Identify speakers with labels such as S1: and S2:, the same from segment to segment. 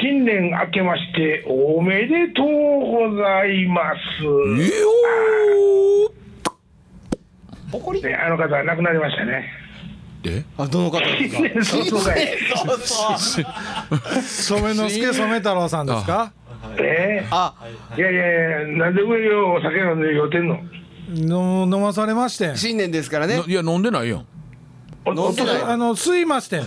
S1: 新年明けましておめでとうございます。
S2: いよ
S3: ボコリ
S1: ね、あの方は亡くなりましたね。
S2: ーえ
S4: あどの方ですか
S1: 新年早々ね
S3: そうそう
S4: 染之助染太郎さんですか
S1: え
S4: あ
S1: いやいやいや、なんで上にお酒飲んで酔ってんの
S4: の飲まされましてん
S5: 新年ですからね
S2: な。いや飲んでないやん
S1: お
S5: 飲んでない
S4: あの吸いましてん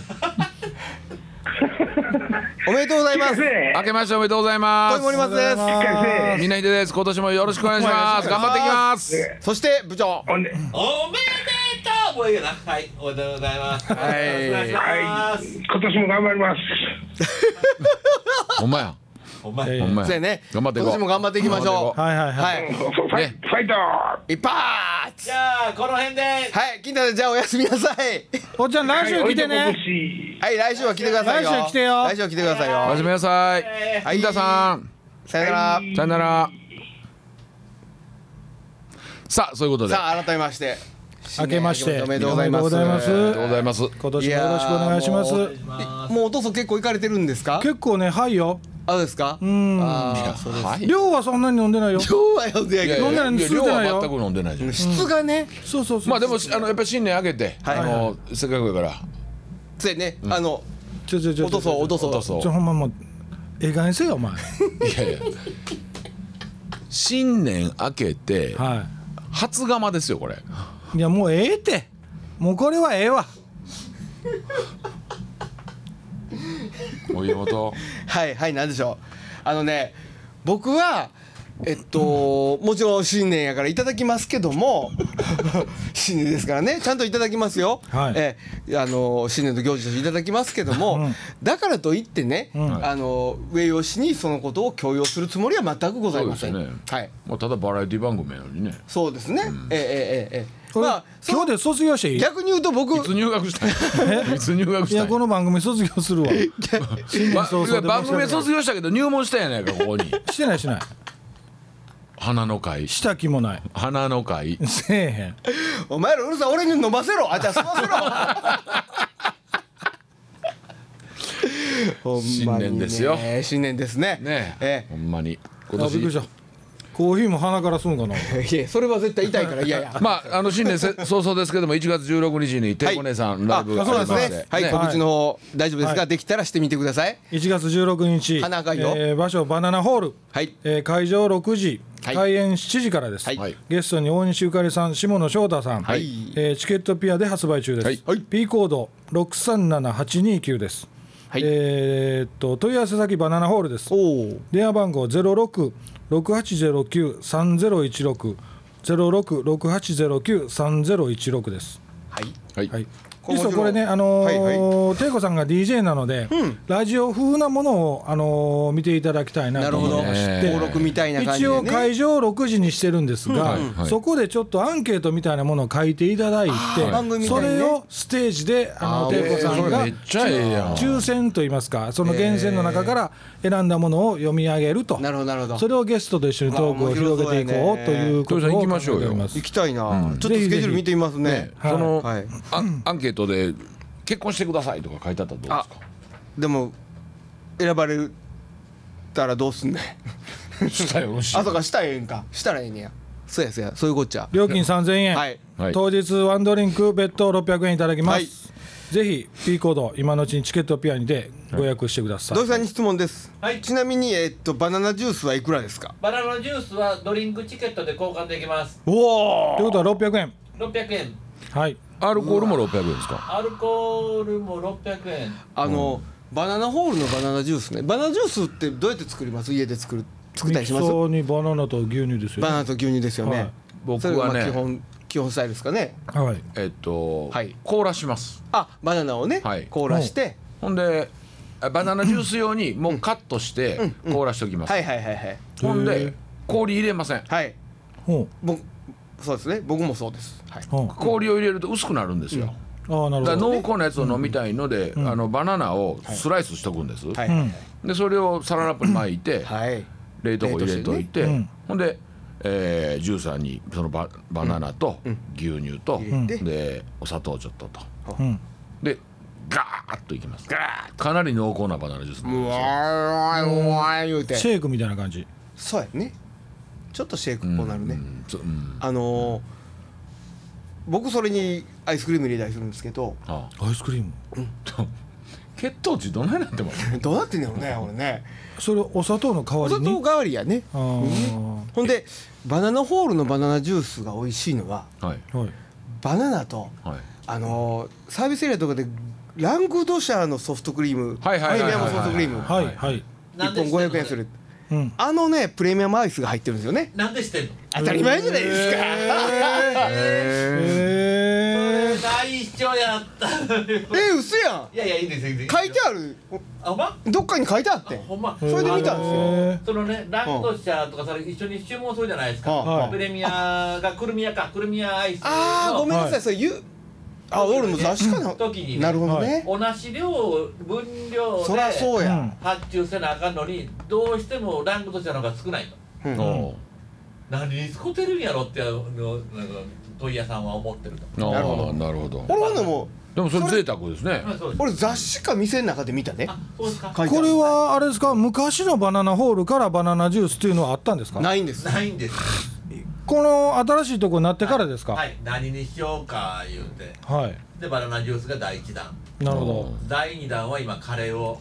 S5: おめでとうござい
S1: お
S5: ま
S1: 父さんせ
S5: す。小
S1: え
S2: 明けましておめでとうございます
S5: 森松で。
S4: おはようございます
S1: しっかりせえ
S2: みんなひでです今年もよろしくお願いします頑張っていきます
S5: そして部長。
S1: ほんで、
S3: おめでとうもういいよなはいおめでとうございます
S2: はい
S3: お願いしま
S1: はい、
S3: す
S1: 今年も頑張ります。
S2: ほんまや
S3: お前
S2: ほんま
S5: そうや
S2: や
S5: ね。
S2: 頑張っていこ
S5: 今
S2: う
S5: 年も頑張っていきましょう。
S4: はいはいはい
S5: はい。
S1: ファイ
S2: ね
S1: ファイト
S5: 一発
S3: じゃあこの辺で
S5: はい、金太でじゃあおやすみなさい。
S4: おっちゃん来週来て
S1: はいおい
S4: ね
S1: こぶし
S5: はい、来週は来てくださいよ。
S4: 来週来てよ
S5: 来週は来てください
S2: おや
S5: よ。
S2: すみなさい
S3: え
S5: はい
S2: 金田さん
S5: さよなら。
S2: さよならさあそういうことであ
S5: さあ、改めまして。
S4: 明けまして
S5: おめでとうございます。
S4: おめでとうございます
S2: りがとうございます
S4: 今年もよろしくお願いします
S5: いやーもうもうお父さん結構行かれてるんですか
S4: 結構ねはいよ
S5: あ、そうですかうんあーそうです。
S2: はい
S4: 量はそんなに飲んでないよ
S5: 今日はよくや
S2: い
S5: け
S2: やい
S5: ど
S2: や
S4: 飲んでない
S2: いや量
S4: 飲んでないよ
S2: は全く飲んでないじゃん
S5: 質がね、
S4: そうそうそう
S2: まあでもあのやっぱり新年明けて
S5: はい
S2: あのせっかくやから
S5: そうやね、あの、
S4: ちょちょちょ
S5: 落とそう、落とそ
S2: どう
S5: う。
S2: ぞ
S4: ちょほんまもうええ加減せよお前 はい
S2: やいや新年明けて初釜ですよこれ
S4: いいやもうええってもうこれはええわ
S2: お家元
S5: はい、はい、なんでしょう。あのね、僕は、えっと、もちろん新年やからいただきますけども 新年ですからねちゃんといただきますよ、
S4: はい
S5: ええあの新年の行事としていただきますけども、
S4: うん
S5: だからといってね、
S4: ん
S5: あの上用紙にそのことを強要するつもりは全くございません。
S2: そうですね
S5: はい
S2: まあただバラエティ番組やのにね
S5: そうですね。ええええええ。まあ
S4: まあ、今日で卒業していい
S5: 逆に言うと僕
S2: いつ入学したんやいつ入学し
S4: い
S2: た
S4: や
S2: んや
S4: この番組卒業するわ新
S2: ば
S4: 年早々で
S2: 番組は卒
S4: 業
S2: 業したけど入門したやないかここに
S4: してないしてない
S2: 花の会
S4: した気もない
S2: 花の会
S4: せえへん
S5: お前らうるさい俺に飲ませろあじゃあ済ませ ろ。ほんま
S2: 新年
S5: にね
S2: ですよ
S5: 新年ですね。
S2: ねえ
S5: え
S2: ほんまに今
S4: あびっくりし
S2: 年
S4: たコーヒーも鼻から吸うん かな
S5: え。いやそれは絶対痛いからいやい や。
S2: まああの新年せ早々ですけども1月16日にてこ姉さんライブがあ
S5: あ
S2: り
S5: そ
S2: ま
S5: うですすね。はい告知の方大丈夫です
S4: は
S5: か
S4: い
S5: できたらしてみてください。
S4: 1月16日
S5: 鼻赤いよ
S4: えー場所バナナホール、
S5: はい
S4: えー会場6時
S5: はい
S4: 開演7時からです、
S5: はい
S2: はい
S4: ゲストに大西ゆかりさん下野翔太さん、
S5: はい
S4: えーチケットピアで発売中です、
S2: はい
S5: はい
S4: P コード637829です、
S5: はい
S4: えーっと問い合わせ先バナナホールです
S5: おお。
S4: 電話番号0668093016 0668093016です
S5: はい。
S2: はい
S4: はい。
S5: これ
S4: 実
S5: 面
S4: は
S5: 白い
S4: これね、あのー
S5: はい
S4: テイコさんが DJ なので、ラジオ風なものを、あのー見ていただきたいな
S5: なる
S4: と思
S5: ほど。
S4: いまして
S5: 登録みたいな感じ
S4: 一
S5: でね。
S4: 応会場6時にしてるんですが、
S2: うんはい
S4: そこでちょっとアンケートみたいなものを書いていただいて、
S5: ー番組みた
S4: そ
S5: いにね
S4: れをステージであの
S5: あー
S4: テイコさ
S2: えー
S4: ん
S2: それ
S4: が
S2: めっちゃええやん
S4: 抽選といいますかその厳選の中から選んだものを読み上げると、
S5: なるほどなるほど。
S4: それをゲストと一緒にトークを広げていこうということを考えております
S5: 行。きたいな。ちょっとスケジュール見てみますね。
S4: はい
S2: その
S5: はい
S2: あアンケートで結婚してくださいとか書いてあったらどうですか
S5: でも選ばれたらどうすんねん。
S2: したよろしい
S5: あそうかしたらええんかしたらええねやそうやそうやそういうこっちゃ
S4: 料金3000円、
S5: はい
S2: はい
S4: 当日ワンドリンク別途600円いただきます、ぜひ P コード今のうちにチケットピアにてご予約してください、
S5: 土井さんに質問です、
S3: はい
S5: ちなみにえっとバナナジュースはいくらですか
S3: バナナジュースはドリンクチケットで交換できます
S5: おお
S4: ということは600円
S3: 600円
S4: はい
S2: アルコールも600円ですか
S3: アルコールも600円
S5: あの、バナナホールのバナナジュースねバナナジュースってどうやって作ります家で作る作ったりします
S4: ミキサーにバナナと牛乳ですよ
S5: バナナと牛乳ですよね、
S4: はい
S2: 僕
S5: それが
S2: は
S5: まあ基
S2: ね
S5: 本基本スタイルですかね
S4: はい
S2: えっと
S5: はい
S2: 凍らします
S5: あバナナをね、
S2: はい
S5: 凍らして、
S2: ほんであバナナジュース用にもうカットして凍らしておきます
S5: はいはいはいはい
S2: ほん
S4: へ
S2: で
S4: ー
S2: 氷入れません
S5: はい
S4: ほ
S5: 僕そうですね僕もそうですはいう
S4: ほう
S2: 氷を入れると薄くなるんですよ
S4: ああなる
S2: だから
S4: ほど
S2: 濃厚なやつを飲みたいのであのバナナをスライスしとくんです
S5: はい、
S2: でそれをサランラップに巻いて
S5: はい
S2: 冷凍庫入れといて
S4: 冷凍してね
S2: ほんでえージューサーにそのババナナと牛乳と
S5: 入れて
S2: でお砂糖ちょっとと
S4: うん
S2: でガーッといきますかなり濃厚なバナナジュース
S5: うわーうわー言うて
S4: シェイクみたいな感じ
S5: そうやねちょっとシェイクっぽなるね、
S2: うんそううん
S5: あのー僕それにアイスクリーム入れたりするんですけど
S2: あ
S4: アイスクリーム
S2: あ血糖値どないなってます
S5: どうなってんだろうね俺ね
S4: それお砂糖の代わ
S5: お
S4: り
S5: 砂
S4: に
S5: 糖代わりやね
S4: あー
S5: ほんでバナナホールのバナナジュースが美味しいのは
S2: はい
S4: はい
S5: バナナと
S2: はい
S5: あのーサービスエリアとかでラングドシャのソフトクリームプ
S2: はいはいはいはい
S5: レミアムソフトクリーム
S4: はいはい
S3: なん
S5: 1
S3: で
S5: 本
S3: 知ってんの
S5: 500円する
S4: うん
S5: あのねプレミアムアイスが入ってるんですよね
S3: なんでしてんの
S5: 当たり前じゃないですか、
S4: え
S3: 大一緒やったい
S5: えー、嘘やん
S3: やいやいいんですよいいんです
S5: 書いてある
S3: あほんま
S5: どっかに書いてあっ
S3: あ
S5: て
S3: ほんま
S5: それで見たんですよ
S3: あのそのねランドシャーとかそれ一緒に注文するじゃないですか、
S5: はい
S3: プレミアがくるみやかくるみやアイス
S5: あーご
S3: の
S5: めんなさい、
S4: はい
S5: それ言うあ俺も確か
S3: 時に、
S5: になるほどね、
S3: 同じ量分量で
S5: そりゃそうや、
S4: うん
S3: 発注せなあかんのにどうしてもランクとしての方が少ないと
S5: うん
S2: お
S3: 何に使ってるんやろってあのなんか問屋さんは思ってると
S2: ー
S5: なるほど
S2: あーなるほど
S5: 俺ほんでも
S2: でもそれ贅沢ですね
S3: まあそうです
S5: 俺雑誌か店の中で見たね
S3: あそうです
S5: 書
S3: か
S5: いてあ
S4: こ
S5: る
S4: れはあれですか昔のバナナホールからバナナジュースっていうのはあったんですか
S5: ないんです
S3: ないんです
S4: この新しいとこになってからですか
S3: は
S4: はい
S3: い何にしようか言うてでバナナジュースが第1弾
S4: なるほ
S3: 第2弾は今カレーを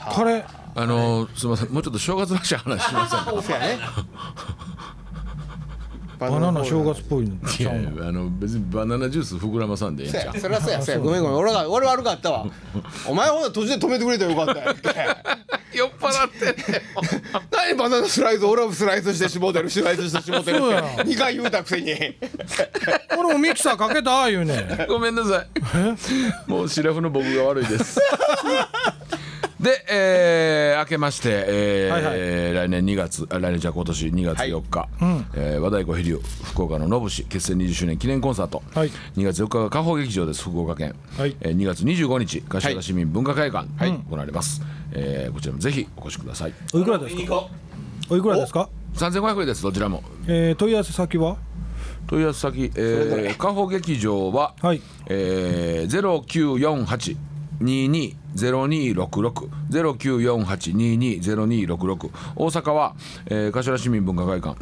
S4: どこれ
S2: あのーすいませんもうちょっと正月らしい話しませんか
S5: そうやねバ
S4: バナナ
S5: ホー
S4: 正
S5: ル
S4: 月っぽいの
S2: い
S4: ちゃ
S2: や
S4: う
S2: い
S4: の
S2: やあの別にバナナジュース膨らまさんでええん
S5: そ
S2: ちゃ
S5: うやそりゃそうやそうやごめんごめん俺が俺悪かったわ お前ほら途中で止めてくれたらよかったやんけ
S2: う酔っ払ってね
S5: 何バナナスライス俺もスライスしてしもうてるスライスしてしもうてる
S4: そうや
S5: 2回言うたくせに
S4: 俺もミキサーかけたいう ね
S2: ごめんなさいもうシラフの僕が悪いです で、えー明けまして、えー
S4: はいは
S2: 来
S4: い
S2: 年2月あ来年じゃあ今年2月4日、えー和太鼓ヘリオ福岡のノブシ結成20周年記念コンサート、
S4: はい
S2: 2月4日が花宝劇場です福岡県、
S4: はい
S2: えー2月25日柏田市民文化会館、行われます、えーこちらもぜひお越しください
S4: おいくらです
S3: 見に
S4: か
S3: 行こ
S4: おいくらですか
S2: 3500円ですどちらも
S4: えー問い合わせ先は
S2: 問い合わせ先、えー、カホ劇場は、
S4: はい
S2: えー、0948-220266 0948-220266大阪は、えー、柏市民文化会館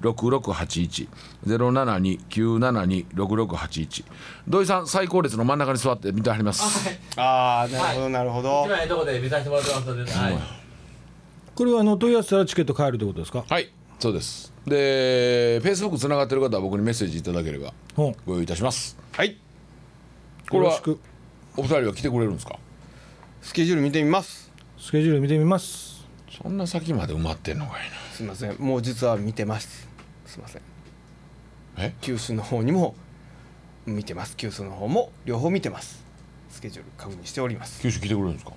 S2: 072-972-6681 072-972-6681土井さん最高列の真ん中に座って見てはります
S5: ああなるほどなるほ
S3: う
S5: ど
S3: 一番いいとこで見させてもらってますので、はい、
S4: これはあの問い合わせたらチケット買えるということですか
S2: はいそうですで Facebook つながってる方は僕にメッセージいただければ
S4: うん
S2: ご用意いたします
S5: はい
S2: こ
S4: よ
S2: れ
S4: ろ
S2: は
S4: しく
S2: お二人は来てくれるんですか
S5: スケジュール見てみます
S4: スケジュール見てみます
S2: そんな先まで埋まってんのかいな
S5: すいませんもう実は見てますすいません
S2: え
S5: 九州の方にも見てます九州の方も両方見てますスケジュール確認しております
S2: 九州来てくれるんですか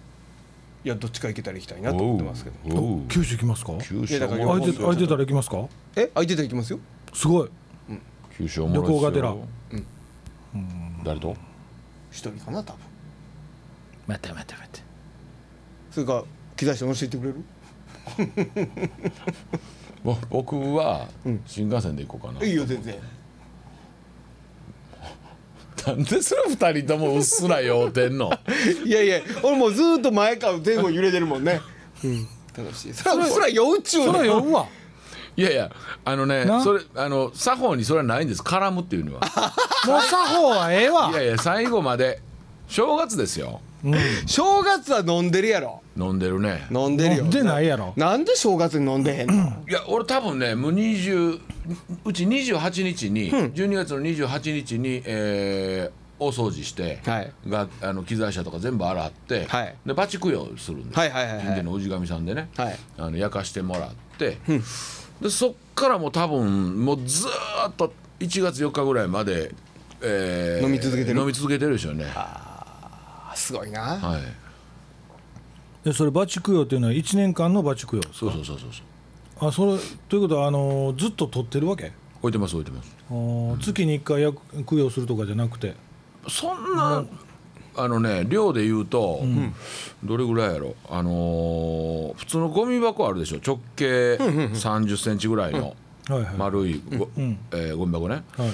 S5: いやどっちか行けたら行きたいなと思ってますけど
S2: おう
S4: 九州行きますか
S2: 九
S5: いや
S2: 州
S5: だから
S4: 空
S5: よ
S4: いて空いてたら行きますか
S5: え空いてたら行きますよ
S4: すごい
S2: 九州おもろいっすよ
S4: 旅行がてら
S2: うん誰と
S5: 一人かな多分
S4: 待って待って待って
S5: それか木田さん教えてくれる
S2: ぼ僕は新幹線で行こうかな、
S5: いいよ全然
S2: なんでそれ二人ともうっすら酔うてんの
S5: いやいや俺もうずーっと前か前後揺れてるもんねうん楽しいそらそら酔うっちゅう
S4: それは
S5: ね
S4: 酔うわ
S2: いやいやあのね
S4: な
S2: それあの作法にそれはないんです絡むっていうの は
S4: もう作法はええわ
S2: いやいや最後まで正月ですよ
S5: 正月は飲んでるやろ
S2: 飲んでるね
S5: 飲んでるよ
S4: 飲んでないやろ
S5: なんで正月に飲んでへんの
S2: いや俺多分ねもう20うち28日に、12月の28日に、えー、大掃除して、
S5: はい
S2: があの機材車とか全部洗って、
S5: はい
S2: でバチ供養するんです、
S5: はいはいはいはい
S2: 近所の氏神さんでね、
S5: はい
S2: あの焼かしてもらって、でそっからもう多分もうずーっと1月4日ぐらいまで、えー
S5: 飲み続けてる
S2: 飲み続けてるでしょうね
S5: あすごいな
S2: はい
S4: でそれバチ供養っていうのは1年間のバチ供養
S2: そうそうそうそうそう
S4: あそれということはあのずっと取ってるわけ
S2: 置いてます置いてます
S4: あー月に1回や供養するとかじゃなくて
S2: そんな、あのね量で言うと、どれぐらいやろあのー普通のゴミ箱あるでしょ直径3 0ンチぐらいの
S4: はいはい、
S2: 丸いご、えーゴミ箱ね
S4: はい、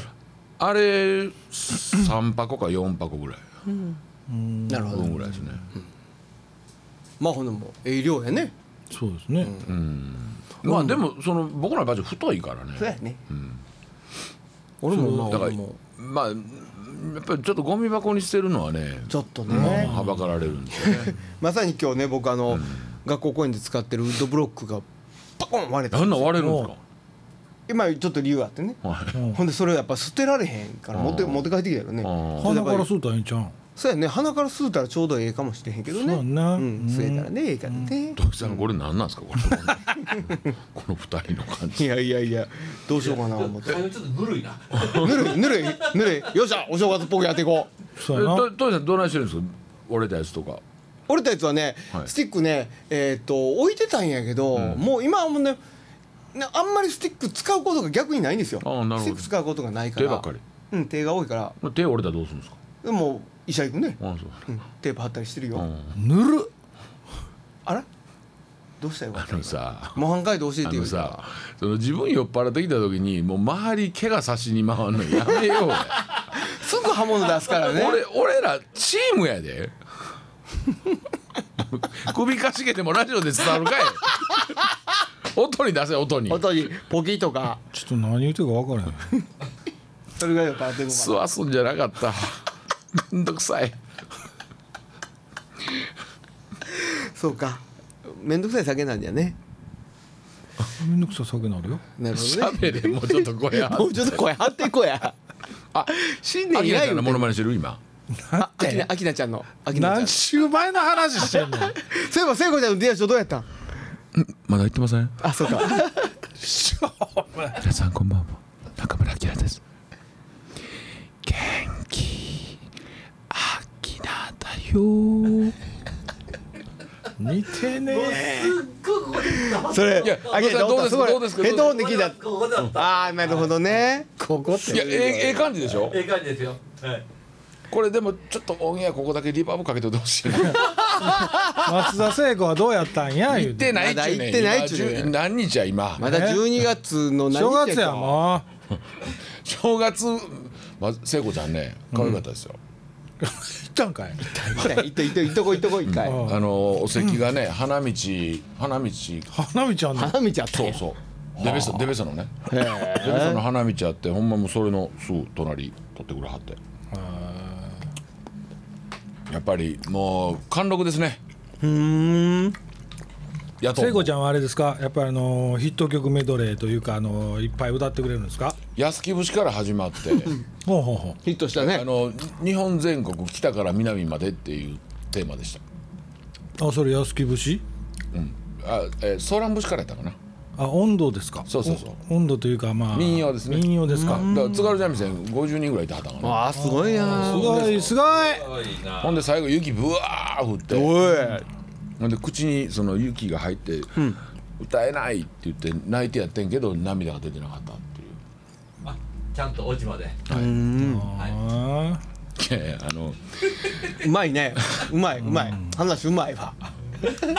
S2: あれ3箱か4箱ぐらい
S5: なるほ
S2: こ
S5: ど
S2: のぐらいですね。
S5: まあほんでもうええ量やね
S4: そうですね、
S2: まあでもその僕らのバージョン太いからね。
S5: そうやね俺もまあ
S2: だから
S5: 俺も
S2: まあやっぱりちょっとゴミ箱に捨てるのはね、
S5: ちょっと
S2: まあ
S5: ね
S2: はばかられるんですよね。
S5: まさに今日ね僕あの学校公演で使ってるウッドブロックがパコン割れた
S2: あんなん割れるんです
S5: 今ちょっと理由あってね
S2: か。はい。
S4: うん
S5: ほんでそれをやっぱ捨てられへんから持って
S2: うん
S5: 持って帰ってきたよね
S2: うん
S5: それ
S4: 鼻
S5: やっぱ
S4: か
S5: り
S4: ら吸うたらええんちゃうん
S5: そうやね鼻から吸うたらちょうどええかもしれへんけどね
S4: そうやね
S5: ん、吸えたらねええからね
S2: 徳さんこれ何なんですかこれ。この二人の感
S5: い
S2: じ。
S5: やいやいやどうしようかな思って
S3: 会話ちょっとぬるいな
S5: ぬるいぬるいぬるいよっしゃお正月っぽくやっていこう
S4: そうやな
S2: ととりさんどないしてるんですか。折れたやつとか。
S5: 折れたやつはね、
S2: はい
S5: スティックねえっ、と置いてたんやけど、もう今はもうねなあんまりスティック使うことが逆にないんですよ
S2: ああなるほど
S5: スティック使うことがないから
S2: 手ばっかり。
S5: うん手が多いから
S2: 手折れたらどうするんですか。
S5: でも医者行くね、
S2: あそう。
S5: うん、テープ貼ったりしてるよ、
S2: うん
S4: ぬる
S5: あらどうしたよ
S2: あのさ。
S5: 模範解答教え
S2: あ
S5: てよ
S2: のさその自分酔っ払ってきた時にもう周り怪我さしに回んのやめようや
S5: すぐ刃物出すからね
S2: 俺俺らチームやで 首かしげてもラジオで伝わるかい音に出せ音に
S5: 本当にポキとか
S4: ちょっと何言うてるか分からへん
S5: それぐらいよかってるのか
S2: 吸
S5: な
S2: わすんじゃなかっためんどくさ い
S5: そうかめんどくさい酒なんだよね
S4: めんどくさ酒なるよ
S5: なるほどね
S2: 喋れもうちょっと声張って
S5: もうちょっと声張っていこうやあ新
S2: ア
S5: 年
S2: キ
S5: 以
S2: ナち
S5: 来
S2: ゃんのモノマネしてる今
S5: あきなあきなちゃんのあきなちゃん
S4: 何週前の話してんの
S5: そういえば聖子ちゃんの出会いどうやったん
S2: まだ言ってません
S5: あそうか
S2: 皆さんこんばんは中村明です元気アキナだよ
S4: 似てねえ
S3: すっごくここで言った
S5: それ
S2: いや
S5: あきなちゃんお
S2: ど
S5: った
S2: うですかどうですか
S5: ヘッドホンで聞いた
S3: ここだった
S5: ああなるほどねここっ
S2: いやええええ感じでしょ
S3: ええ感じですよはい
S2: これでもちょっとオンエアここだけリバーブかけておいてほしいな
S4: 松田聖子はどうやったんや言
S2: 行
S4: う
S2: って ないっちゅうね
S5: まだ行ってないっちゅうね
S2: 今じゅ何日や今
S5: まだ12月の何日
S4: 正
S5: か
S4: 月やもう
S2: 正月ま聖子ちゃんね可愛かったですよ、
S4: 行ったんかい
S5: いったいったいったこいったこ一回
S4: ん
S2: あのお席がね花道花道
S4: 花見ちゃ んの
S5: 花道あった
S2: そ
S5: ん
S2: う
S5: や
S2: そうデベソデベソのね
S5: へ
S2: デベソの花道あってほんまもうそれのすぐ隣取ってくれはってやっぱりもう貫禄ですね
S5: えうん
S2: やと
S4: 聖
S2: 思う
S4: 子ちゃんはあれですかやっぱりあのーヒット曲メドレーというかあのーいっぱい歌ってくれるんですか
S2: 安木節から始まって
S4: ほうほうほう
S5: ヒットした
S2: あ
S5: ね
S2: の日本全国北から南までっていうテーマでした
S4: あそれ安木節
S2: あ、えー、ソーラン節からやったかな
S4: あ温度ですか
S2: そうそうそう
S4: お温度というかまあ
S2: 民謡ですね
S4: 民謡ですか
S2: だから津軽三味線50人ぐらいいてはったかな
S5: あーすごいや
S4: す
S5: ん
S4: ごいすごい
S3: 可愛いな
S2: ほんで最後雪ぶわー降って
S5: おい
S2: ほんで口にその雪が入って「歌えない」って言って泣いてやってんけど涙が出てなかったっていう
S3: あちゃんと落ちまで
S4: あ
S2: いやいやあの
S5: うまいねうまいうまい話うまいわ
S4: ー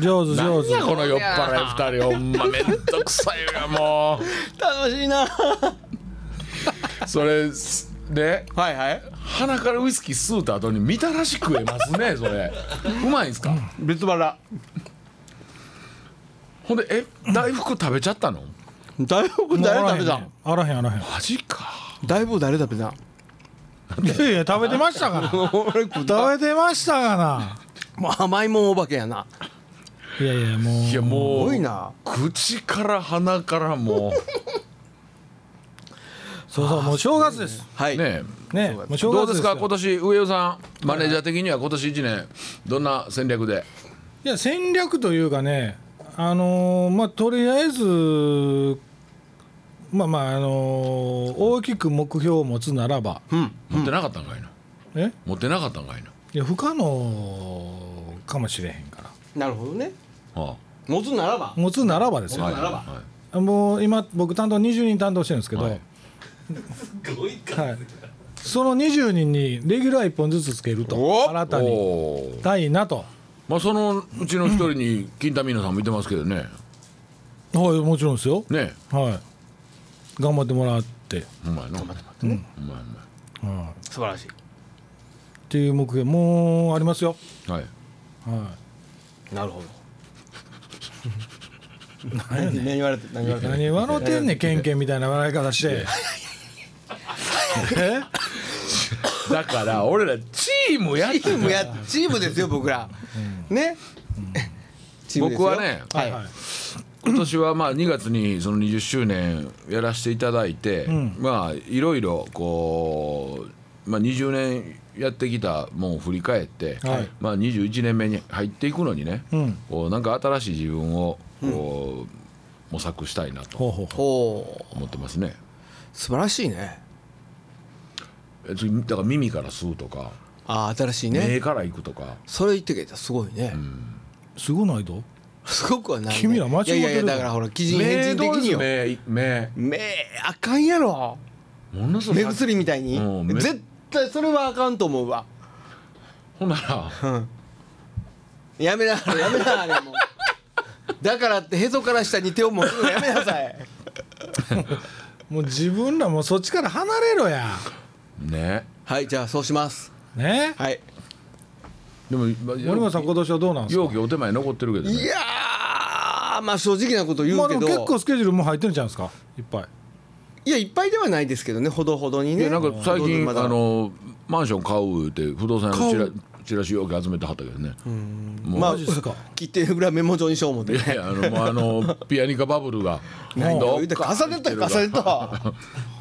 S4: 上手上
S2: 何
S4: 手
S2: やこの酔っ払い2人ほんまめんどくさいわも
S5: 楽しいな
S2: うそれで
S5: はいはい
S2: 鼻からウイスキー吸うた後にみたらし食えますねそ れうまいんすか
S5: 別腹
S2: ほんでえ大福食べちゃったの
S5: 大福誰食べたん
S4: あらへんあらへん
S2: マジか
S5: 大福誰食べたん
S4: いやいや食べてました から食
S5: 俺食った
S4: べてましたがな
S5: もう甘いもんお化けやない
S4: やいやもう
S2: いや
S5: す
S2: も
S5: ごいうな
S2: 口から鼻からも
S4: そうそうもう正月です
S5: は
S2: う
S5: い
S2: ねえ
S4: ねもう正
S2: どう
S4: 月
S2: です
S4: よ
S2: か今年上尾さんマネージャー的には今年1年どんな戦略で
S4: いや戦略というかねあのーまあとりあえずまあまああのー大きく目標を持つならば
S2: 持ってなかったんかいな
S4: え
S2: 持ってなかったんかいない
S4: や不可能かもしれへんから
S5: なるほどね
S2: は
S5: 持つならば
S4: 持つならばです
S2: あ
S4: よ、
S2: はい
S5: ならば
S2: は
S4: もう今僕担当20人担当してるんですけど、
S2: は
S4: はいい
S3: すごい感じ
S4: その20人にレギュラー1本ずつつける
S5: お
S4: と新
S2: い
S4: たに
S2: おー
S4: たいなと
S2: まあそのうちの一人に金田美奈さんもいてますけどね
S4: はいもちろんですよ、
S2: ね
S4: はい頑張ってもらって、
S2: えうまいのうまいうまい
S5: 素晴らしい
S4: っていう目標もうありますよ。
S2: はい
S4: は
S5: なるほど何何言われて何言われ
S4: い、
S5: て
S4: 何笑って んねんケンケンみたいな笑い方して。え
S2: だから俺らチームやっ
S5: チームやチームですよ僕ら、ね、チームですよ
S2: 僕はね
S5: はい、
S4: はい
S2: 今年はまあ2月にその20周年やらせていただいて、
S4: ん
S2: まあいろいろこう、まあ、20年やってきたもんを振り返って、
S4: はい
S2: まあ、21年目に入っていくのにね、
S4: うん
S2: こうなんか新しい自分をこう、模索したいな
S4: ほう
S2: と
S4: ほうほ
S5: ほう
S2: 思ってますね。
S5: 素晴らしいね
S2: え次だから耳から吸うとか、
S5: あー新しい
S2: 目
S5: ね
S2: から行くとか
S5: それ言ってくれたらすごいね、
S4: う。すごないど。
S5: すごくはない、ね、
S4: 君ら間違ってる
S5: いやいやいやだからほら基人変人的によ目
S2: 目目
S5: あかんやろ
S2: ものすごい
S5: 目薬みたいに、
S2: うん目
S5: 絶対それはあかんと思うわ
S2: ほんなら
S5: やめなはれやめなはれもうだからってへそから下に手を持つのやめなさい
S4: もう自分らもそっちから離れろや。
S2: ね
S5: はいじゃあそうします
S4: ね。
S5: はい
S2: でもまあ
S4: 森本さん今年はどうなんですか
S2: 容。器お手前に残ってるけどね
S5: いやーまあ正直なこと言
S4: ま
S5: う
S4: あ
S5: け
S4: で
S5: ど、
S4: も結構スケジュールもう入ってるんじゃないですか。いっぱい。
S5: いやいっぱいではないですけどねほどほどに
S2: い
S5: ね
S2: やなんか最
S5: ほどほど
S2: 近
S5: まだ
S2: あのマンション買うって不動産屋のチラチラシ容器集めてはったけどね。もう
S5: まあ
S4: マジっすか
S5: 切手裏メモ帳にしよう思っ
S2: い
S5: て
S2: やいやあのもうあのピアニカバブル が
S5: 何を
S2: ど
S5: 言う
S2: ってか
S5: 重ねた重ねた
S4: は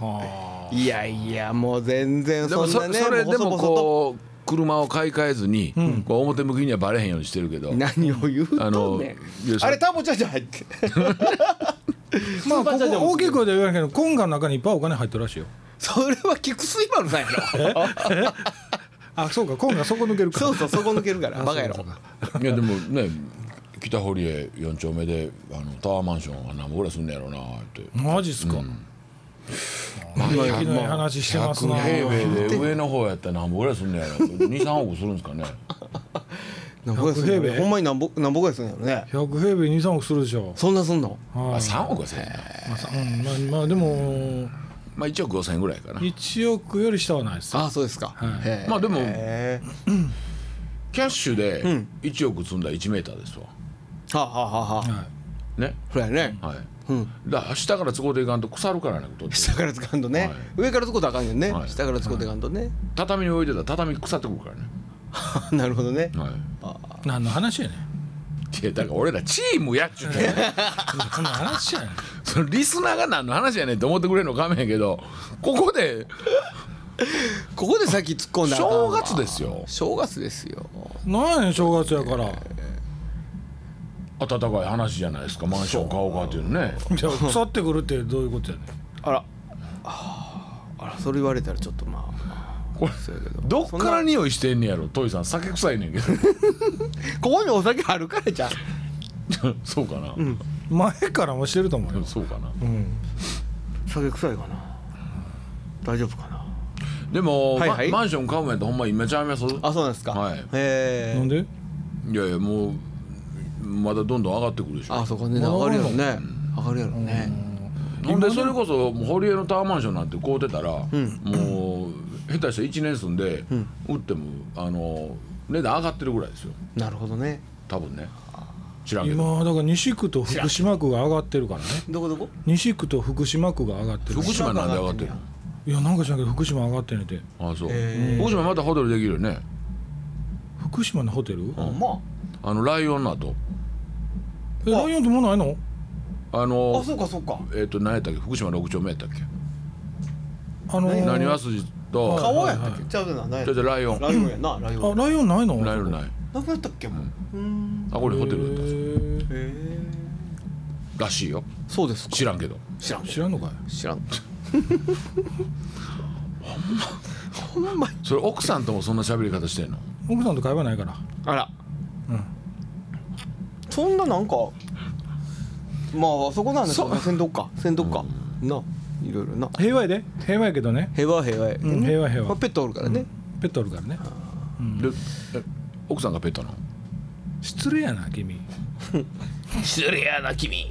S4: あ。
S5: いやいやもう全然
S2: で
S5: そ
S2: も
S5: ん
S2: そ
S5: なね
S2: それでも
S5: 細々と
S2: こう車を買い替えずにこう表向きにはバレへんようにしてるけど。
S5: 何を言う
S2: あ
S5: とん
S2: の
S5: ねん
S2: いやそ
S5: あれターボチャージャー入ってスーパーチャ
S4: まあここ
S5: ージャーも
S4: 大きい声では言わないけど、今回の中にいっぱいお金入ってるらしいよ。
S5: それは菊水丸なんや ろ
S4: あ、そうか。今回そこ抜けるか。
S5: そうそうそこ抜ける からバカやろ
S2: いやでもね北堀江4丁目であのタワーマンションは何ぼぐらいすんねやろうなって。
S4: マジっすか。まあ、ひどい話してますな。
S2: 平米で上の方やったら何ぼぐらいすんねやろ23億するんですかね
S5: 何ぼぐらいすんの
S4: 100平米
S5: ほんまに何ぼ何ぼぐらいすんのやろね
S4: 100平米23億するでしょ、
S5: そんなそんな
S2: あ
S4: はい
S2: 3億はせんな
S4: まあさうんまあ、まあでも
S2: まあ1億5000円ぐらいかな
S4: 1億より下はないです
S5: ああそうですか
S4: い
S5: へえ
S2: まあでも
S5: へえ
S2: キャッシュで
S5: ん
S2: 1億積んだら1メーターですわ
S5: はあはあはあはあ
S4: は
S2: ね
S5: そうやね
S2: はい
S5: うん
S2: だから下から使うていかんと腐るからねことって
S5: 下から掴んと
S2: は
S5: ね
S2: い
S5: 上から使うとあかんけどね
S2: はい
S5: 下から使うていかんとね
S2: 畳に置いてたら畳腐ってくるからね
S5: なるほどね
S2: はい
S4: 何の話やねん
S2: いいやだから俺らチームやっちゅうてんねん
S4: 何の話やねん
S2: そのリスナーが何の話やねんって思ってくれるのかめやけどここで
S5: ここで先突っ込んだらあかん
S2: 正
S5: わ
S2: 月ですよ
S5: 正月ですよ
S4: 何やねん正月やから
S2: 温かい話じゃないですかマンション買おうかっていうのね
S4: じゃあ腐ってくるってどういうことやねん
S5: あらあーあらそれ言われたらちょっとまあ
S2: これ
S5: そうやけど
S2: どっから匂いしてんねやろトイさん酒臭いねんけど
S5: ここにお酒あるからじゃん
S2: そうかな、
S4: 前からもしてると思うよ、
S2: そうかな
S4: うん、
S5: 酒臭いかな大丈夫かな
S2: でも、
S5: はいはい
S2: ママンション買うんやったらほんま今ちゃいます
S5: あそうなんですか
S2: はい
S5: へえ
S4: なんで
S2: いやいやもうまだどんどん上がってくるでしょ
S5: あそこね上がるやろね上がるやろね
S2: ほんでそれこそもう堀江のタワーマンションなんて買うてたら、
S5: ん
S2: もう下手したら1年住んで、売ってもあの値段上がってるぐらいですよ
S5: なるほどね
S2: 多分ね知らんけど
S4: 今だから西区と福島区が上がってるからね
S5: どこどこ
S4: 西区と福島区が上がってる
S2: 福島なんで上がってる
S4: いやなんか知らんけど福島上がってんねんて
S2: のあそう、
S5: へー
S2: 福島またホテルできるよね
S4: 福島のホテル
S5: ほんま
S2: あのライオンの後
S4: えライオンってもうないの
S2: あの
S5: あそうかそうか
S2: えっ、と何やったっけ福島6丁目やったっけ
S4: あのー
S2: なにわ筋と
S4: はい
S5: 顔やったっけちゃうな何
S2: ちょ
S5: や
S2: ちょライオン
S5: ライオンやなライオ
S4: あ
S5: ン
S4: ライオンないの
S2: ライオンない
S5: なくなったっけもううーん
S2: あこれホテルだったんですよ
S4: へ
S5: へえ
S2: らしいよ
S5: そうですか
S2: 知らんけど
S5: 知らん
S4: ー知らんのかい
S5: 知らんほんまほんま
S2: それ奥さんともそんな喋り方してんの
S4: 奥さんと会話ないから
S5: あら、そんななんかまあそこなんですよね戦闘か戦闘か、ないろいろな
S4: 平和やで平和やけどね
S5: 平和平和、
S4: ん平和平和
S5: まあ、ペットおるからね、
S4: ペットおるからね
S2: でえ奥さんがペットなの
S4: 失礼やな君
S5: 失礼やな君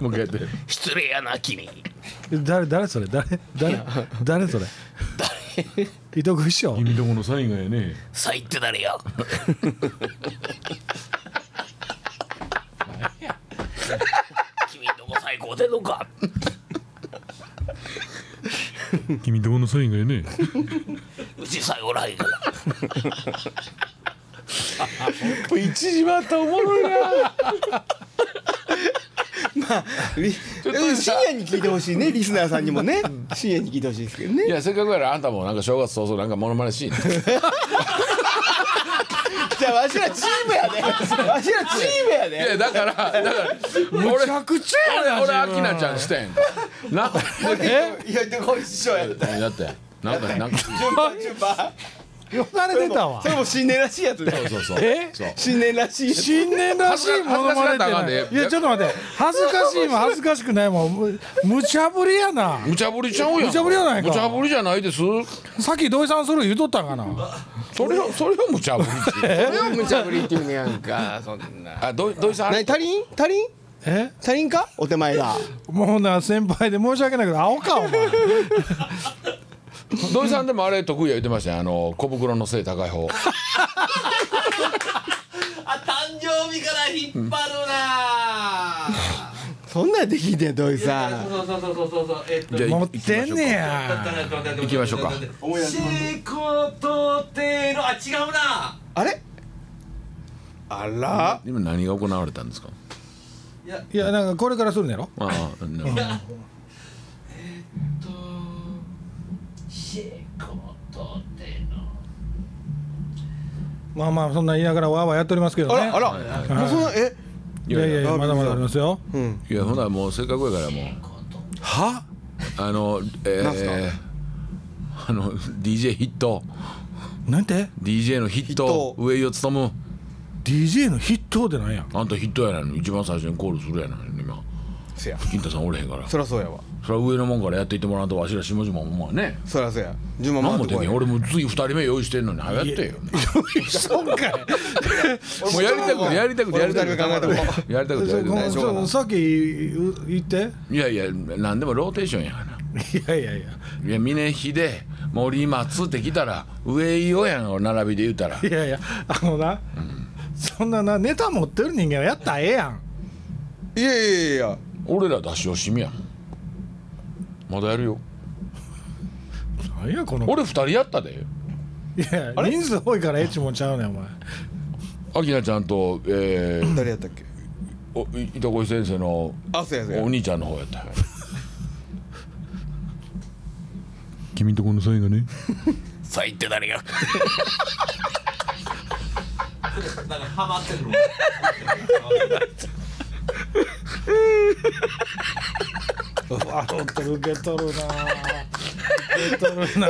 S2: もう一回やって
S5: 失礼やな君
S4: 誰誰それ誰誰誰それ糸食いしよう
S6: 君とこのサインがやね
S5: さあ言ってなれよ。
S3: 君どこ最高でのか
S6: 君とこのサインがやね
S3: うち最後らへんから
S5: 一時またおもろいな。まあ、り深夜に聞いてほしいね、 リスナーさんにもね、深夜に聞いてほしいですけど
S2: い
S5: ね。
S2: やせっかくやからあんたもなんか正月早々なんかモノマネ しいね
S5: じゃあ、わしらチームやで。わしらチームや
S2: いや
S5: で。
S2: だからだから
S4: むちゃくちゃや
S2: 俺
S4: な自
S2: ア
S4: 分
S2: キナちゃんしてんなん か
S5: いや、で、こいつ、そうやった。
S2: だってなんかなんか
S5: 順番、順番。
S4: よだれ出たわ
S5: それも新年らしいやつだよ。
S2: そうそう
S4: え
S2: そう
S5: 新年らしいやつ。
S4: 新年らしいものまね
S2: 恥ず
S4: って
S2: かしがったらあかん
S4: な
S2: で
S4: いいやちょっと待って恥ずかしいも恥ずかしくないもむ無茶ぶりやな
S2: 無茶ぶりちゃうやん
S4: 無茶ぶりやないか
S2: 無茶ぶりじゃないです
S4: さっき土井さんそれ言うとったんかな
S2: それをそれを無茶ぶりっていう
S5: 無茶ぶりっていうねやんか、そんな。
S2: あどいどいさん
S5: 何、足りん、足りん、
S4: え
S5: 足りんか、お手前が。
S4: もうほんなら先輩で申し訳ないけど青かお前
S2: 土井さんでもあれ得意や言ってましたねあの小袋の背高い方
S3: あ誕生日から引っ張るな ぁ
S5: そんなんできんねん、土井さん。
S3: そうそうそうそうそうそうえっと
S2: じゃあ
S4: 持ってんねや
S3: 行
S2: 行きましょうか
S3: 成功とてのあ違うな
S5: あれ。あら。
S2: 今何が行われたんですか
S3: いや
S4: いやなんかこれからするんやろ
S2: ああなるほど
S3: と成功とての
S4: まあまあそんな言いながらわーわーやっておりますけど
S5: あ
S4: ね
S5: ら、あら。もう、その、え。
S4: いやいやいやまだまだありますよ
S5: うん。
S2: いやほなもうせっかくやからもう
S5: は。
S2: あのえ
S5: なんすか
S2: ー、あの DJ ヒット
S4: なんて
S2: DJ のヒット
S5: ヒット
S2: 上井を務む
S4: DJ の筆頭でなんや
S2: あんたヒットやないの一番最初にコールするやないの今
S5: せや。
S2: 金太さんおれへんから
S5: そらそうやわ。
S2: それは上のもんからやっていってもらうとわしら下々もまあね
S5: そらそうや。順番
S2: 何
S5: 回っ
S2: も
S5: て
S2: で
S5: こ
S2: き
S5: い
S2: へん俺も次二人目用意してんのに早やってよ
S4: そうかい
S2: もうやりたくてやりたくてやりたくて
S5: 俺二人目考えとこ
S2: やりたくてやりたく
S5: しょうがない
S4: さっきう言って
S2: ていやいや何でもローテーションやがない
S4: やいやいや
S2: いや峰秀森松ってきたら上井をやん並びで言うたら
S4: いやいやあのな、そんななネタ持ってる人間はやったらええやん
S5: いやいやいやいや。
S2: 俺ら出し惜しみやんまだやるよ
S4: 何やこの
S2: 俺二人やったで
S4: いや人数多いからエッチもんちゃうねんお前
S2: アキナちゃんと、えー、
S5: 誰やったっけ。
S2: おい糸越先生の
S5: あ、そうやそうや
S2: お。兄ちゃんの方やったよ
S6: 君とこのサインがね
S2: さあ言って誰が
S3: なんかハマってくるわ
S4: 笑うてる受け取るな受け取るな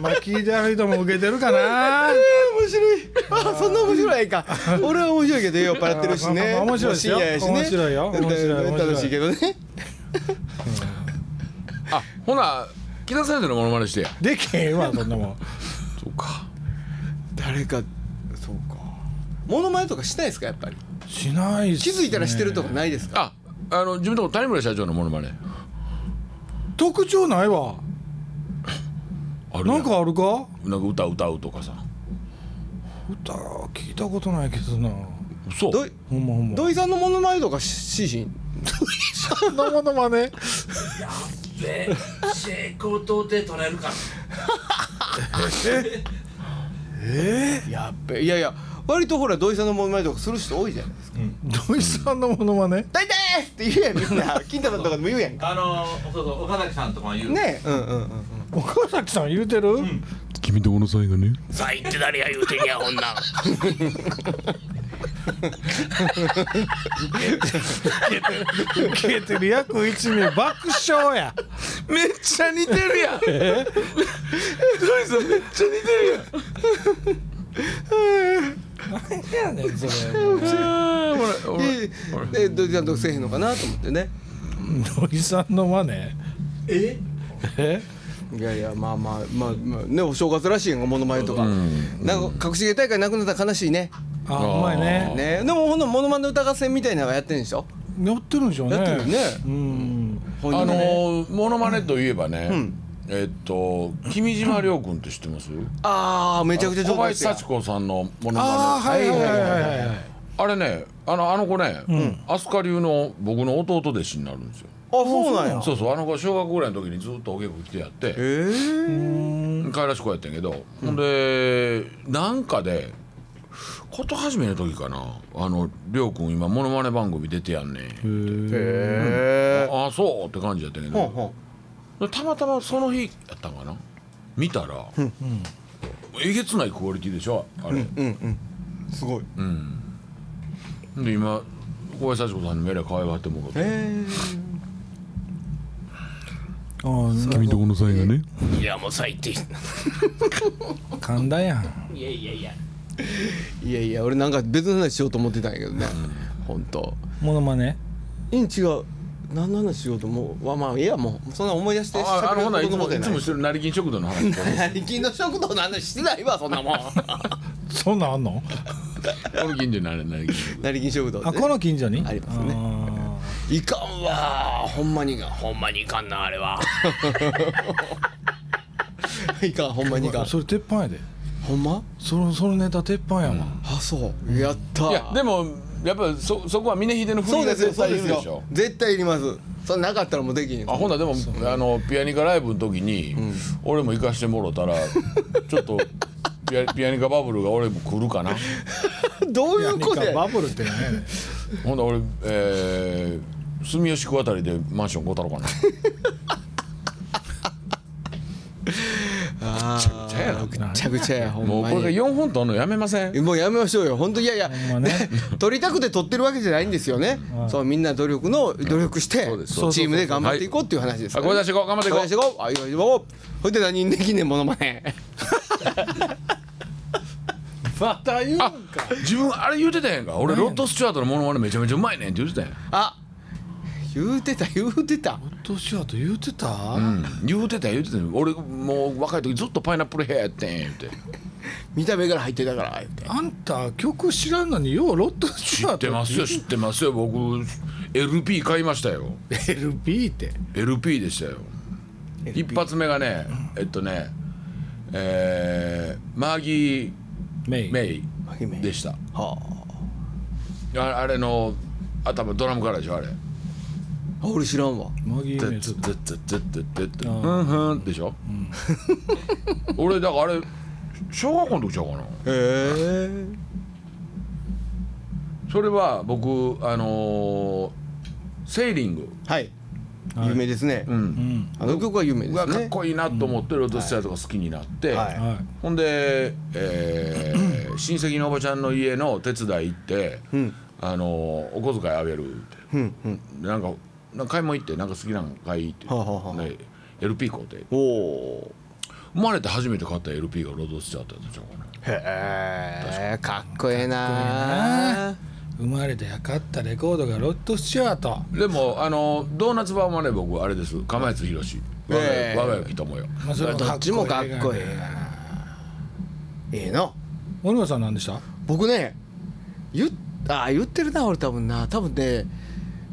S4: まあ聞いてある人も受けてるかな
S5: 面白い。あ、そんな面白いか。俺は面白いけど、酔っ払ってるしね。
S4: あ面白いですよ
S5: もう深夜やしね
S4: 面白いよ面白い面白い
S5: 楽しいけどね。
S2: あほな木田先生のモノマネしてや
S4: できへんわそんなもん
S2: そうか
S5: 誰か。そうか。モノマネとかしないですか、やっぱり。
S4: しないっす
S5: 気
S4: ね
S5: づいたらしてるとかないですか。
S2: ああの自分のとこ谷村社長のモノマネ
S4: 特徴ないわ
S2: あるや
S4: なんかあるか
S2: なんか歌歌うとかさ
S4: 歌聞いたことないけどな
S2: 嘘
S5: どい、
S4: ほんまほんま
S5: 土井さんのモノマネとかし、しひん。
S4: そんなものま ね
S3: で成功とて取れるか
S5: やっべ、いやいや、割とほら、土井さんのモノマネとかする人多いじゃないですか。
S4: 土井さんのものまね
S5: 大体って言うやん、みんな、金太さんとかでも言うやんか。
S3: あのそうそう岡崎さんとか言う
S5: ねえ、うんうんうん。
S4: 岡崎さん言うてる、
S6: 君とこのサインがね
S7: さあ言って誰が言うてんやほんなん
S4: 受けてる約一名爆笑や
S2: めっちゃ似てる やん土井さんめっちゃ似てるやん
S4: やねんそれ
S2: あーほらほら
S5: でで土井さんとかせえへんのかなと思ってね
S4: 土井さんのマネ
S3: え
S4: え
S5: いやいやまあまあまあ、まあ、ねお正月らしいやんかモノマネとかなんか隠し芸大会なくなったら悲しいね
S4: あうまいね
S5: ねでもほんのモノマネ歌合戦みたいなのはやってんでしょ
S4: やってるんでしょうね
S5: やってるよね
S4: うん
S5: 本
S2: あ
S5: 人
S2: の
S5: ね
S2: ー、モノマネといえばね、えっと君島亮君って知ってます
S5: ああめちゃくちゃ
S2: 小
S5: 上手
S2: 林
S5: ですよ
S2: 幸子さんのもの
S4: ああ
S2: まね
S4: はいはいはいはいはい
S2: あれねあのあの子ね、飛鳥流の僕の弟弟子になるんですよ
S5: あそうなんや
S2: そうそうあの子小学校ぐらいの時にずっとお稽古来てやって
S5: えー
S2: 帰らし子やったんやけど、ほんでなんかでこと始めの時かな「あの亮君今モノマネ番組出てやんねん」
S5: へ
S2: ああそう」って感じやったんやけ
S5: ーほん
S2: ど、
S5: ほん
S2: たまたまその日やったんかな見たら、えげつないクオリティでしょあれ、
S5: すごい
S2: で今小林幸子さんにメラ可愛がってもらって、
S5: え
S4: あー君とこのサインがね
S7: いやもう最低
S4: 簡単やん
S7: いやいやいや
S5: ーいやいや俺なんか別の話しようと思ってたんやけどね本当
S4: モノマネ
S5: いいん違う何の話しようともうわまあいいやもうそんな思い出して
S2: ああのほないつ
S5: の
S2: もいつもしてる成金食堂の話
S5: 最近の食堂の話してないわそんなもん
S4: そんなんあんの
S2: 俺近所にあれ成金食堂
S5: 成金食堂
S4: あ
S5: ね
S4: この近所に
S5: ありますね
S4: あ
S5: いかんわほんまにが
S7: ほんまにいかんなあれはい
S5: かんほんまに
S4: ー
S5: が
S4: それ鉄板やで
S5: ほんま
S4: そのそのネタ鉄板やわ、ん、
S5: あそうやった
S2: いやでもやっぱそそこは峰秀の振
S5: そ
S2: り
S5: う
S2: が
S5: ですよ
S2: 絶
S5: そう
S2: 対い
S5: で
S2: る
S5: す
S2: でしょ
S5: よ絶対いりますそれなかったらもうできん
S2: あほんならでもあのピアニカライブの時に、俺も行かしてもろたらちょっとピアピアニカバブルが俺も来るかな
S5: どういう
S4: 何
S5: こと
S4: か
S5: や
S4: バブルってね
S2: ほんなら俺、えー、住吉区あたりでマンション買うたろかな
S5: あ
S2: ちゃやな
S5: ーぐっちゃぐちゃやほ
S2: も
S5: ん
S2: う
S5: ま
S2: これが
S5: に
S2: 4本とんのやめません
S5: もうやめましょうよ本当いやいや
S4: ほんまね
S5: 取りたくて取ってるわけじゃないんですよねそうみんな努力の努力して
S2: そうです
S5: チームで頑張っていこうっていう話です
S2: あ
S5: から
S2: 声出していこう頑張っていこ
S5: 声出していこうあいいよいいよほいで何人できんねんモノマネ
S4: また言うんか
S2: う自分あれ言うてたやんか俺ロッド・スチュアートのモノマネめちゃめちゃうまいねんって言うてたやん、
S5: あ言うてた言うてた
S4: どうしようと言うてた、
S2: うん、言うてた言うてた俺もう若い時ずっとパイナップルヘアやってん言うて
S5: 見た目から入ってたから言うて
S4: あんた曲知らんのにようロッド
S2: 知
S4: シュアー
S2: って
S4: ト
S2: ますよ知ってますよ僕 LP 買いましたよ
S4: LP って
S2: LP でしたよ一発目がねえっとねえーマーギ
S4: メイ
S2: ー・メイ
S5: マギメイ
S2: でした
S5: は
S2: ああれの頭ドラムからでしょあれ「
S5: ああ俺知らんわ
S4: マギ
S2: て
S4: ーメイ
S2: つ
S4: ちょっと
S2: てつてつてつうんふん」でしょ俺だからあれ小学校の時ちゃうかな
S5: へえ
S2: それは僕あのーセーリング
S5: はい有名ですね
S2: うん
S5: あの曲は有名で
S2: が
S5: す
S2: かっ
S5: ね
S2: こいいなと思ってロッドスチュアートが好きになって、
S5: はい
S4: はい
S2: ほんで、えー 親戚のおばちゃんの家の手伝い行って、あのお小遣いあげるって、
S5: うんうん
S2: でなんかなんか買い物行ってなんか好きなの買いって、
S5: はあはあはあ
S2: で LP 買うて
S5: おお
S2: 生まれて初めて買った LP がロードスチャートやったんちゃうかな
S5: へえかっこええな
S4: 生まれてやかったレコードがロッドスチュアート
S2: でもあのドーナツ版はね僕あれです釜谷津宏我が
S5: ええ
S2: 我が良き友よ
S4: まあそれ
S5: どっちもかっこええ
S4: な
S5: なええな
S4: 小野さん何でした
S5: 僕ね言っあー言ってるな俺多分な多分ね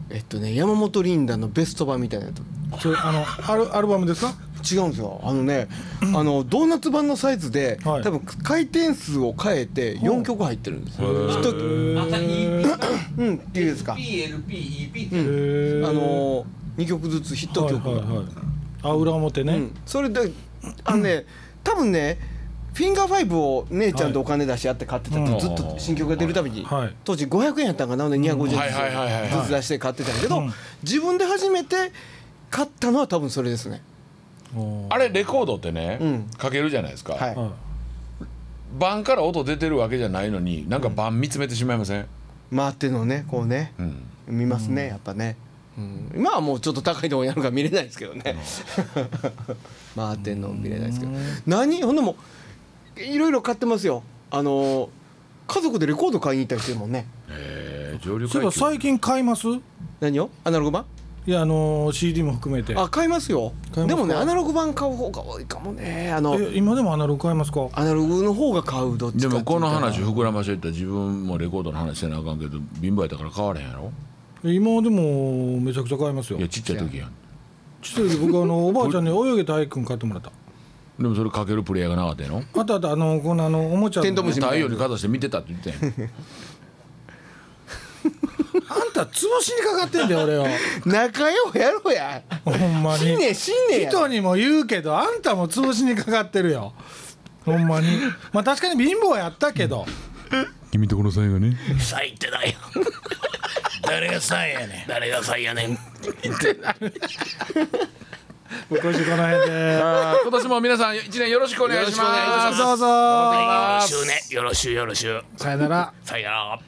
S5: えっとね山本リンダのベスト版みたいなやつ
S4: それあのアルアルバムですか
S5: 違うんですよあのねあのドーナツ版のサイズで、
S4: はい
S5: 多分回転数を変えて4曲入ってるんですよ一曲
S3: また EP か
S5: うんっていうですか
S3: PLP、EP って
S5: う
S3: やる
S5: んあの2曲ずつヒット曲が、
S4: はいはいはいあ裏表ね、
S5: うん、それであのね多分ねフィンガーファイブを姉ちゃんとお金出し合って買ってたって、
S2: はい
S5: ずっと新曲が出るたびに、
S4: はい
S5: 当時500円やったんかなほんで250円ずつ,、
S2: はいはいはいはい
S5: 出して買ってたんやけど、
S4: うん
S5: 自分で初めて買ったのは多分それですね
S4: おー
S2: あれレコードってね、
S5: うん
S2: かけるじゃないですか、
S5: はい、
S4: はい
S2: 盤から音出てるわけじゃないのになんか盤見つめてしまいません、
S5: 回ってんのをねこうね、
S2: うん
S5: 見ますねやっぱね、うん、今はもうちょっと高いとこにあるから見れないですけどね 回ってんの見れないですけど何ほんでもいろいろ買ってますよあの家族でレコード買いに行ったりしてるもんね
S2: えー、上流
S4: そういえば最近買いますい
S5: 何をアナログ版
S4: やあのー CD も含めて
S5: あ買いますよ
S4: 買いま
S5: で
S4: すか
S5: もねアナログ版買う方が多いかもねあの
S4: え今でもアナログ買いますか
S5: アナログの方が買うどっ
S2: で
S5: ちかって
S2: も
S5: 言ったら
S2: この話膨らませていったら自分もレコードの話せなあかんけど貧乏やったから変われへんやろ
S4: 今でもめちゃくちゃ買いますよ
S2: いやちっちゃい時やん
S4: ちょっと僕あのおばあちゃんに泳げたいくん買ってもらった
S2: でもそれかけるプレイヤーがなかったやろ
S4: あとあとあのこのあのおもちゃの
S5: テントウムシ
S2: 太陽にかざして見てたって言ってたやん
S4: あんた潰しにかかってんだよ俺を
S5: 仲ようやろうや
S4: ほんま
S5: 新
S4: に
S5: 年新年や
S4: 人にも言うけどあんたも潰しにかかってるよほんまにまあ確かに貧乏やったけど
S2: 君とこの最後ね
S7: 咲いてないよ誰がさいやねん誰がさいやねん
S4: 今年この辺 で
S2: 今年も皆さん一年よろしくお願いします
S5: よろしくお願いします
S4: どうぞ
S7: よろしゅうねよろしゅうよろしゅう
S4: さよなら
S7: さよなら